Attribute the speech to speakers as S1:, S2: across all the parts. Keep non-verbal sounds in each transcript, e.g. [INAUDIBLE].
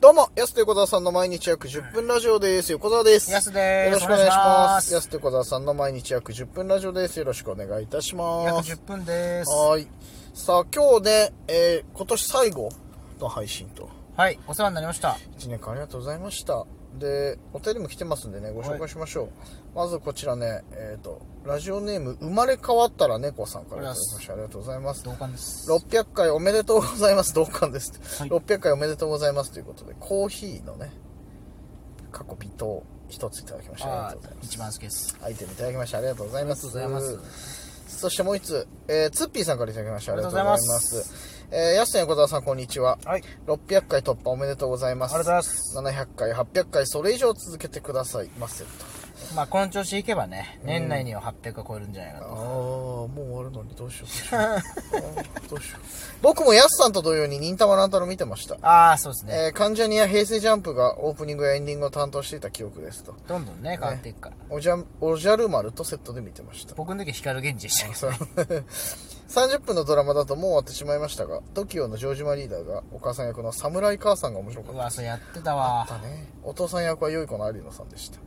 S1: どうも、安手小沢さんの毎日約10分ラジオです。横澤です。
S2: 安です
S1: よろしくお願いします。
S2: お願いします
S1: 安手小沢さんの毎日約10分ラジオです。よろしくお願いいたしま
S2: 約
S1: す
S2: 10。分です。
S1: はーい。さあ、今日ね、えー、今年最後の配信と。
S2: はい、お世話になりました。
S1: 1年間ありがとうございました。で、お便りも来てますんでね、ご紹介しましょう。まずこちらね、えっ、と、ラジオネーム、生まれ変わったら猫さんからいただきました。ありがとうございます。
S2: 同感です。
S1: 600回おめでとうございます。同感です。
S2: はい
S1: 600回おめでとうございますということで、コーヒーのね、過去微糖一ついただきました。ありが
S2: あ
S1: とうございま
S2: ー
S1: す。
S2: 一番好きです。
S1: アイテムいただきました。ありがとうございます。
S2: ありがとうございま
S1: そしてもう一つ、えー、ツッピーさんからいただきました。ありがとうございま。
S2: ありがとうございます
S1: えー、安田横澤さん、こんにちは。
S2: はい。
S1: 600回突破おめでとうございます。
S2: ありがとうございます
S1: 700回、800回、それ以上続けてくださいませと。
S2: まあ、この調子いけばね、年内には800を超えるんじゃないか
S1: ああ
S2: と。
S1: もう終わるのにどうしようどうしようあーどうしよう僕も安さんと同様に忍たま乱太郎見てました、
S2: ああ、そうですね。
S1: えー、関ジャニや平成ジャンプがオープニングやエンディングを担当していた記憶ですと
S2: どんどんね、変わっていくから。
S1: おじゃおじゃる丸とセットで見てました
S2: 僕の時は光源氏
S1: [LAUGHS]
S2: でしたけど。
S1: そう30分のドラマだともう終わってしまいましたが TOKIO の城島リーダーがお母さん役の侍母さんが面白かっ
S2: う
S1: た
S2: わ、そうやってたわ。
S1: だねお父さん役は良い子の有野さんでした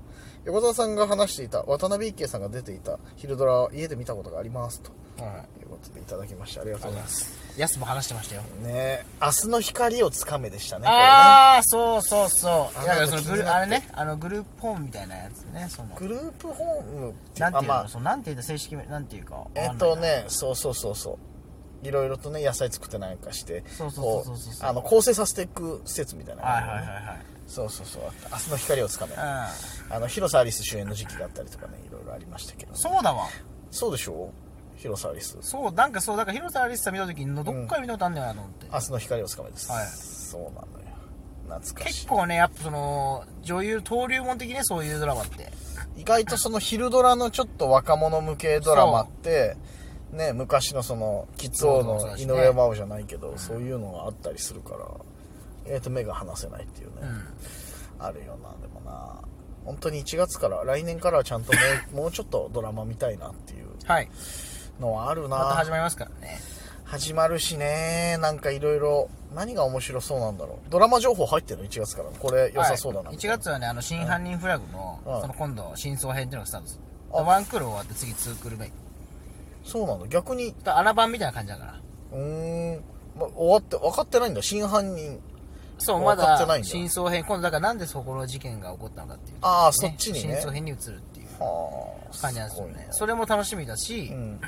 S1: 横澤さんが話していた渡辺一慶さんが出ていた昼ドラは家で見たことがありますと
S2: は
S1: ということでいただきましたありがとうございます
S2: い。やすも話してましたよ。
S1: ねえ明日の光をつかめでしたね
S2: ああ、そうそうそう。
S1: あ
S2: だからそ
S1: なん
S2: の
S1: か
S2: グ
S1: 気に
S2: ル、
S1: な
S2: あ
S1: っ
S2: れ
S1: て
S2: ね、あのグループホームみたいなやつね、その。
S1: これねグループホームって
S2: なんていう
S1: あ
S2: の
S1: まあ
S2: そう、なんていうの正式名、なんていうか。
S1: えっ
S2: わ
S1: と
S2: かんないな。
S1: ねそうそうそうそういろいろとね野菜作ってなんかして
S2: そうそう
S1: こ
S2: そうそうそう
S1: あの構成させていく施設みたいな
S2: は
S1: 感
S2: い
S1: じで
S2: は
S1: ね
S2: いはいはい。
S1: そうそうそうあった明日の光をつかめ
S2: うん
S1: あの広瀬アリス主演の時期があったりとかねいろいろありましたけど
S2: そうだわ。
S1: そうでしょう広瀬アリス
S2: そう、なんかそう、だから広瀬アリスさん見た時に、どっか見たことあんねんなと思って。
S1: 明日の光をつかめです、
S2: はい
S1: そうなのよ懐かしい
S2: 結構ね、やっぱその、女優登竜門的ね、そういうドラマって。
S1: 意外とその昼ドラのちょっと若者向けドラマって、ね、昔のその、キツ王の井上真央じゃないけど、そういうのがあったりするから、意外と目が離せないっていうね、あるよな、でもな。本当に1月から、来年からはちゃんともう [LAUGHS] もうちょっとドラマ見たいなっていう
S2: はい。
S1: のはあるな。
S2: また始まりますからね。
S1: 始まるしね、なんかいろいろ、何が面白そうなんだろう。ドラマ情報入ってるの ?1 月から。これ良さそうだな。
S2: はい1月はね、あの、新犯人フラグの、
S1: うん
S2: その今度、真相編っていうのがスタートする。
S1: あ
S2: ワンクール終わって次ツークール目。
S1: そうなの逆に
S2: だからアラバンみたいな感じだから。
S1: うーん、ま、終わって分かってないんだ真犯人
S2: そう、
S1: もう
S2: ま
S1: 分かってないんだ
S2: だ、真相編、今度だからなんでそこの事件が起こったのかっていう。
S1: ああそっちにね
S2: 真相編に移るっていう
S1: はあ
S2: 感じなんですよね。
S1: す
S2: それも楽しみだし、
S1: ごいね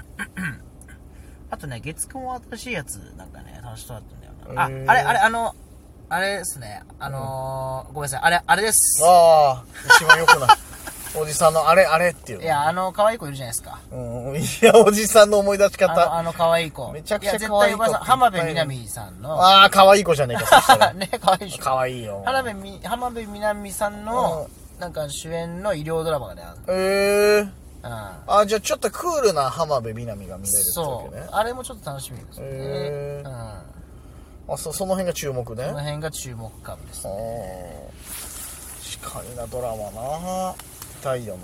S2: あとね、月9も新しいやつ、なんかね、楽しそうだったんだよな。あ、あ
S1: へ
S2: れ
S1: ー、
S2: あれ、あの、あれですね。あのーごめんなさい。あれ、あれで
S1: うん、
S2: す。
S1: ああ一番良くない [LAUGHS] おじさんのあれあれっていうの
S2: いや、あの、可愛い子いるじゃないですか。
S1: うん、いやおじさんの思い出し
S2: あの、
S1: 方
S2: あの可愛い子。
S1: めちゃくちゃ
S2: や絶
S1: 可愛い子
S2: 対おばさん、
S1: いっぱいいる
S2: 浜辺美波さんの、
S1: ああ可愛い子じゃねえかそしたら [LAUGHS]
S2: [LAUGHS] ね、可愛いでしょ。
S1: 可愛いよ
S2: 浜辺み、浜辺美波さんの、なんか主演の医療ドラマがね、ある
S1: ええー、
S2: うん。
S1: あじゃあちょっとクールな浜辺美波が見れるってわ
S2: そ
S1: け
S2: う
S1: ね。
S2: あれもちょっと楽しみですよね。
S1: へー
S2: うん。
S1: あそその辺が注目ね
S2: この辺が注目株です
S1: あ
S2: ね。
S1: ー確かになドラマな見たいよ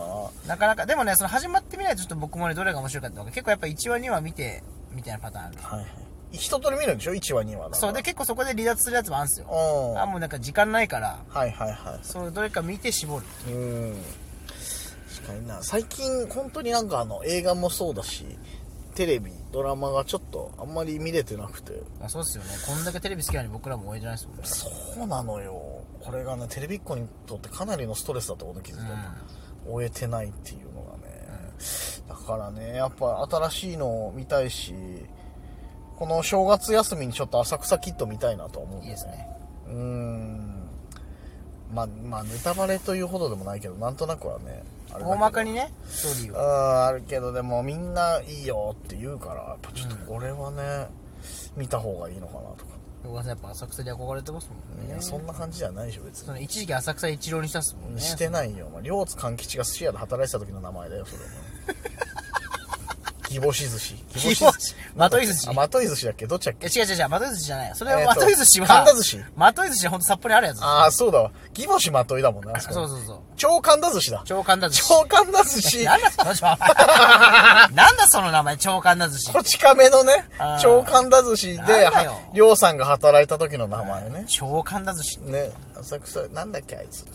S1: な
S2: なかなか、でもね、その始まってみないとちょっと僕もね、どれが面白いかってのが結構やっぱ1話2話見て、みたいなパターンある。
S1: はいはい一通り見るんでしょ1話2話だから
S2: そう、で結構そこで離脱するやつもあるんですよ。
S1: うん
S2: あ、もうなんか時間ないから、
S1: はいはいは
S2: そう、どれか見て絞る。
S1: いうん確かにな最近本当になんかあの映画もそうだしテレビドラマがちょっとあんまり見れてなくて
S2: まあそうですよね。こんだけテレビ好きなのに僕らも応援じゃないですもんね。
S1: そうなのよこれがねテレビっ子にとってかなりのストレスだとことに気づいた、終えてないっていうのがね、だからねやっぱ新しいのを見たいしこの正月休みにちょっと浅草キッド見たいなと思うん
S2: いいですね。
S1: うーんまあまあネタバレというほどでもないけどなんとなくはねあれだけど
S2: 大まかにね、ストーリー
S1: うん
S2: は。
S1: あるけどでもみんないいよって言うからやっぱちょっとこれはね、見た方がいいのかなとか、
S2: 僕はやっぱ浅草に憧れてますもん
S1: い
S2: ね
S1: や。そんな感じじゃないでしょ別
S2: そ
S1: に、
S2: の一時期浅草一郎にしたっすもんね。 [LAUGHS]
S1: してないよ、まあ、両津勘吉が寿司屋で働いてた時の名前だよそれはギボシ寿司。
S2: ギボシまとい寿司
S1: あ、まとい寿司だっけどっちだっけ
S2: え、違う違う違う、まとい寿司じゃないよ。それ
S1: え
S2: は、
S1: ー
S2: ま
S1: と
S2: とい寿司は、
S1: 神田寿司
S2: まとい寿司はほんと札幌にあるやつ。
S1: ああ、そうだわ。ギボシまといだもんね、あそこ。
S2: そうそうそう。
S1: 超神田寿司だ。
S2: 長官だ寿司。
S1: 超神田寿司。
S2: なんだその名前。なんだその名前、長官だ寿司。
S1: こち亀のね
S2: あー、
S1: 超神田寿司で、
S2: なんだよ
S1: はりょうさんが働いた時の名前ね。
S2: 長官だ寿司。
S1: ね、浅草、なんだっけあいつ。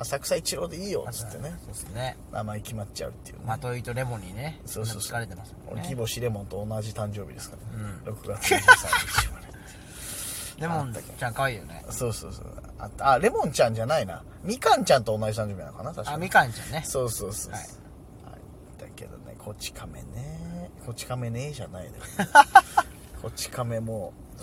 S1: 浅草一郎でいいよ、つってね。
S2: そうですね。
S1: 名前決まっちゃうっていうね。
S2: まといとレモンにね、
S1: そうそうそう
S2: 疲れてますもん
S1: 俺、木
S2: ね。
S1: 星レモンと同じ誕生日ですからね。6月23日
S2: [LAUGHS]
S1: まで。
S2: レモンちゃん可愛いよね。
S1: そうそうそう。あ、あレモンちゃんじゃないな。みかんちゃんと同じ誕生日なのかな確か
S2: あ、
S1: に。
S2: みかんちゃんね。
S1: そうそうそうそう。
S2: はい
S1: はいだけどね、こち亀ね。こち亀ねえじゃ
S2: [LAUGHS]
S1: ないのよ。こち亀もう。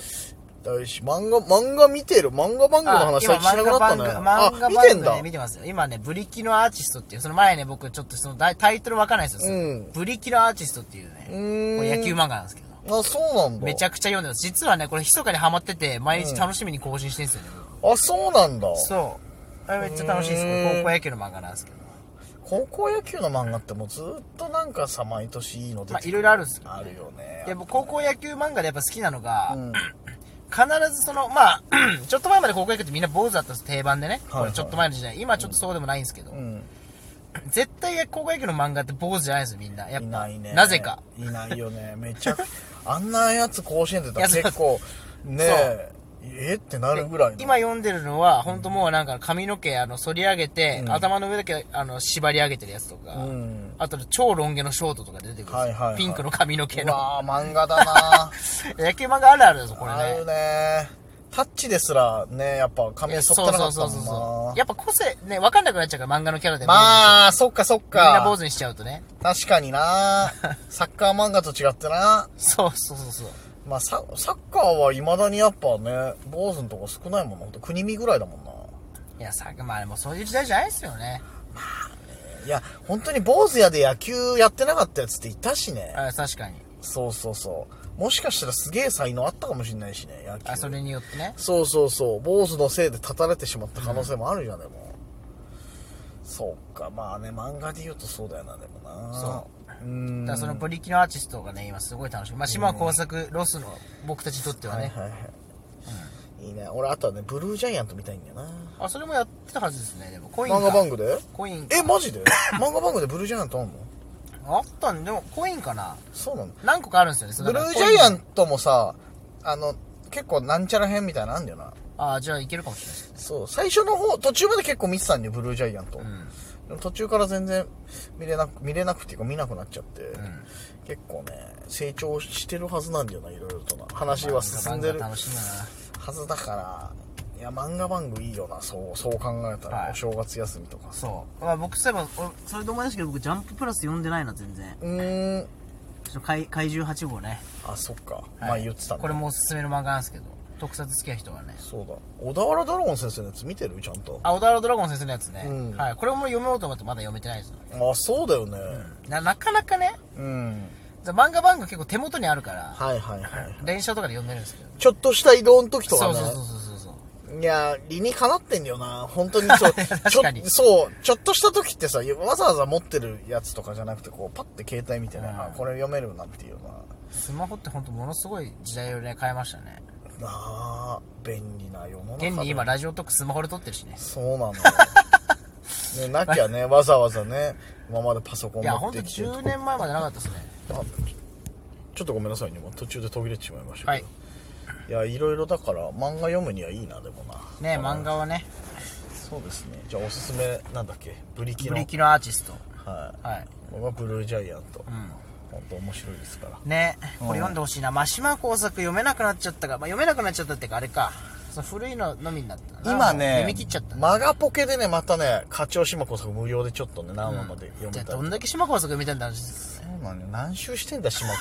S1: よし、漫画、漫画見てる。漫画番組の
S2: あ
S1: 話最
S2: 今
S1: 近しなく
S2: 漫
S1: なっ
S2: 画
S1: た
S2: 番
S1: の
S2: 組、
S1: よ。
S2: 漫
S1: あ、
S2: 画
S1: 見
S2: 番
S1: てん
S2: 組で
S1: だ
S2: 見。てますよ。今ね、ブリキのアーティストっていう、その前ね、僕ちょっとその大タイトルわかんないですよ。
S1: うん
S2: ブリキのアーティストっていうね、
S1: うーん
S2: これ野球漫画なんですけど。
S1: あ、そうなんだ。
S2: めちゃくちゃ読んでます。実はね、これ密かにハマってて、毎日楽しみに更新してるんですよね。
S1: あ、そうなんだ。
S2: そう。あれめっちゃ楽しいです。こ
S1: うん
S2: れ高校野球の漫画なんですけど。
S1: 高校野球の漫画ってもうずっとなんかさ、毎年いいの出
S2: ま
S1: て
S2: あ、いろいろあるんですよ。
S1: あるよね。
S2: で、僕、高校野球漫画でやっぱ好きなのが、
S1: うん
S2: 必ずその、まあ、 [CLEARS THROAT] ちょっと前まで高校野球ってみんな坊主だったんです定番でね。
S1: はいはい
S2: これちょっと前の時代。今ちょっとそうでもないんですけど。
S1: うん。
S2: 絶対高校野球の漫画って坊主じゃないんですよ、みんな。やっぱ。
S1: いないね。
S2: ぜか。。
S1: いないよね。め
S2: [LAUGHS]
S1: ちゃく、あんなやつ甲子園出たら
S2: いや
S1: 結構、ねえ、えってなるぐらいの。
S2: 今読んでるのは、本当もうなんか髪の毛、あの、反り上げて、
S1: うん
S2: 頭の上だけ、あの、縛り上げてるやつとか、
S1: うん
S2: あと超ロン毛のショートとか出てくるんですよ
S1: はいはいはい
S2: ピンクの髪の毛
S1: う
S2: の。
S1: わー漫画だな
S2: 野球漫画あるあるです [LAUGHS] よ、これね。
S1: あるねタッチですらね、やっぱ
S2: い
S1: 髪
S2: や
S1: 剃
S2: そ
S1: っ
S2: う
S1: た
S2: そう
S1: なかっ
S2: そ
S1: た
S2: う
S1: も
S2: そうんそ
S1: な
S2: う。やっぱ個性ね、わかんなくなっちゃうから漫画のキャラで。
S1: まあ、そっかそっ
S2: みんな坊
S1: か。
S2: 主にしちゃうとね。
S1: 確かに
S2: [LAUGHS]
S1: なサッカー漫画と違ってな。
S2: そうそうそうそう。
S1: まあ、ササッカーは未だにやっぱね、坊主のとこ少ないもんな。ほんと国見ぐらいだもんな。
S2: いや、さ、まあもうそういう時代じゃないですよね。
S1: いや、本当に坊主屋で野球やってなかったやつっていたしね。
S2: あ確かに。
S1: そうそうそう。もしかしたらすげえ才能あったかもしれないしね、野球。
S2: あ、それによってね。
S1: そうそうそう。坊主のせいで立たれてしまった可能性もあるじゃん、でも。そうか、まあね、漫画で言うとそうだよな、でもな。。
S2: そう
S1: うん。
S2: だからそのブリキのアーティストがね、今すごい楽しみ。まあ島工作、ロスの僕たちにとっては
S1: は
S2: ね。
S1: いはいはい。いいね。俺、あとはね、ブルージャイアント見たいんだよな。
S2: あ、それもやってたはずですね。でもコインか。
S1: 漫画番組で
S2: コイン。
S1: え、マジで漫画番組でブルージャイアントあんの
S2: あったんで、でもコインかな。
S1: そうなの
S2: 何個かあるんですよね。その
S1: ブルージャイア
S2: コ
S1: ン
S2: ン。
S1: トもさ、あの、結構なんちゃら編みたいなのあんだよな。
S2: あ、じゃあいけるかもしれないですね。
S1: そう、最初の方、途中まで結構見てたんだよ、ブルージャイアント。
S2: ん
S1: でも途中から全然見れなく、見れなくっていうか見なくなっちゃって、結構ね、成長してるはずなんだよな、いろいろとな。話は進んでる
S2: 漫画
S1: は
S2: 楽しみだな。
S1: ずだから、いや、漫画番組いいよな、そう、そう考えたら、
S2: はい
S1: お正月休みとか。
S2: そう。まあ僕そういえば、俺それと思い出したけど、僕ジャンププラス読んでないな、全然。
S1: うーん、
S2: ちょっと怪怪獣8号ね。
S1: あ、そっか。
S2: はい
S1: 前言ってたんだ
S2: これもおすすめの漫画なんですけど、特撮好きな人はね。
S1: そうだ。小田原ドラゴン先生のやつ見てるちゃんと。
S2: あ、小田原ドラゴン先生のやつね。
S1: うん
S2: はい。これも読もうと思ってまだ読めてないですよ
S1: あ、そうだよね。
S2: な、なかなかね、
S1: うん。
S2: 漫画番組結構手元にあるから、
S1: はいはいはい。
S2: 電車とかで読んでるんですけど。
S1: ちょっとした移動の時とか
S2: そ
S1: ね。
S2: うそうそうそうそう。
S1: いや、理にかなってんだよな。本当に
S2: [LAUGHS]
S1: そう
S2: 確。
S1: ちょ
S2: かに
S1: そう、ちょっとした時ってさ、わざわざ持ってるやつとかじゃなくて、こう、パッて携帯見てね、
S2: うん
S1: あ、これ読めるなっていうのは。
S2: スマホって本当ものすごい時代をね、変えましたね。
S1: なあ、便利な世の中だ。
S2: 現に今、ラジオトークスマホで撮ってるしね。
S1: そうなのよ。ね、なきゃ
S2: [LAUGHS]
S1: ね、わざわざね、今までパソコン
S2: いや、
S1: 持
S2: ほ
S1: っ
S2: んと
S1: てきて。
S2: 10年前までなかったですね。
S1: あちょっとごめんなさいね、今途中で途切れてしまいました
S2: は
S1: け
S2: い
S1: ど。。いや、いろいろだから、漫画読むにはいいな、でもな。
S2: ね、漫画はね、
S1: そうですね。じゃあ、おすすめ、なんだっけ、ブリキ
S2: ブ
S1: の。
S2: リキのアーティスト。
S1: はい。
S2: はい。
S1: 僕はブルージャイアント、
S2: ん
S1: 本当面白いですから
S2: ね、これ読んでほしいな。真島工作読めなくなっちゃったから、まあ、読めなくなっちゃったってか、あれか。その古いののみになったな
S1: 今ね
S2: 読み切っちゃったな。
S1: マガポケでねまたね課長島子作無料でちょっとね何話まで読
S2: じ
S1: め
S2: ゃあ
S1: たら、
S2: どんだけ島工作みたいな話です
S1: そうなんよ何週してんだ島子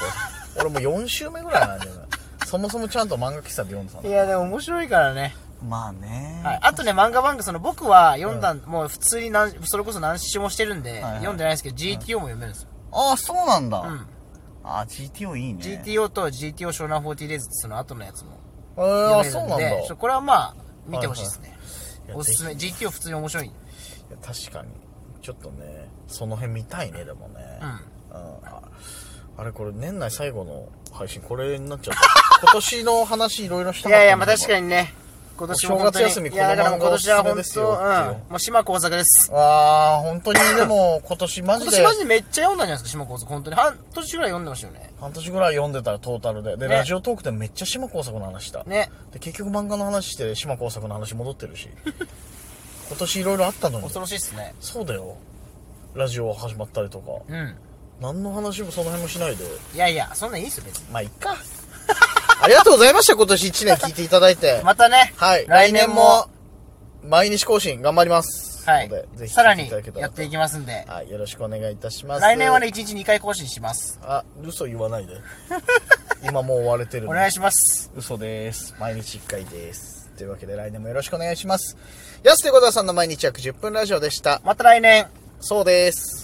S1: [LAUGHS] 俺もう4週目ぐらいなんだよねそもそもちゃんと漫画喫茶で読んでた
S2: い
S1: の
S2: やでも面白いからね、
S1: まあね、
S2: はい、あとね漫画番組その僕は読んだ、もう普通に何それこそ何種もしてるんで、
S1: はい
S2: 読んでないですけど GTO も読めるんですよ、
S1: ああそうなんだ、
S2: うん
S1: ああ GTO いいね
S2: GTO と GTO 湘南40デイズってその後のやつも
S1: えー、あ
S2: 読め
S1: そう
S2: る
S1: なん
S2: ん
S1: だ
S2: で
S1: い
S2: ちょこれはまあ見てほしいですね、
S1: いや
S2: おすすめ GTO 普通に面白い
S1: や確かにちょっとねその辺見たいねでもね
S2: うん
S1: ああれこれ年内最後の配信これになっちゃった [LAUGHS] 今年の話いろいろした
S2: い
S1: かった
S2: や
S1: ん
S2: い
S1: だ
S2: や、
S1: けど
S2: まあ確かにね、今年も本当に。
S1: お正月休み
S2: いや、だからもう
S1: 子供の
S2: 今
S1: おすす
S2: 年は
S1: め
S2: 本
S1: ですよっ
S2: 当、
S1: てい
S2: う。
S1: うん
S2: もう島工作です。
S1: ああ本当にで
S2: [LAUGHS]
S1: も今年マジ
S2: 今年
S1: で
S2: マジでめっちゃ読んだんじゃないですか、島工作。本当に。半年ぐらい読んでましたよね。
S1: 半年ぐらい読んでたらトータルでで、
S2: ね
S1: ラジオトークでめっちゃ島耕作の話した、
S2: ね。
S1: で結局漫画の話して島耕作の話戻ってるし [LAUGHS] 今年いろいろあったのに
S2: 恐ろしいっすね。
S1: そうだよラジオ始まったりとか
S2: うん。
S1: 何の話もその辺もしないで
S2: いやいや、そんなんいいっすよ、別に。
S1: まあいっか [LAUGHS] ありがとうございました今年1年聞いていただいて
S2: またね。
S1: はい来
S2: 来
S1: 年
S2: 年
S1: も
S2: も、
S1: 毎日更新頑張ります
S2: はい
S1: のでぜ。ひ
S2: さ
S1: 聞
S2: ら
S1: いてい
S2: に
S1: ただけたら
S2: やっていきますんで。
S1: はいよろしくお願いいたします
S2: 来年はね、1日2回更新します。
S1: あ嘘言わないで [LAUGHS] 今もう追われてる
S2: お
S1: の
S2: 願いします。
S1: 嘘です毎日1回ですというわけで来年もよろしくお願いしますやすてござさんの毎日約10分ラジオでした
S2: また来年。
S1: そうです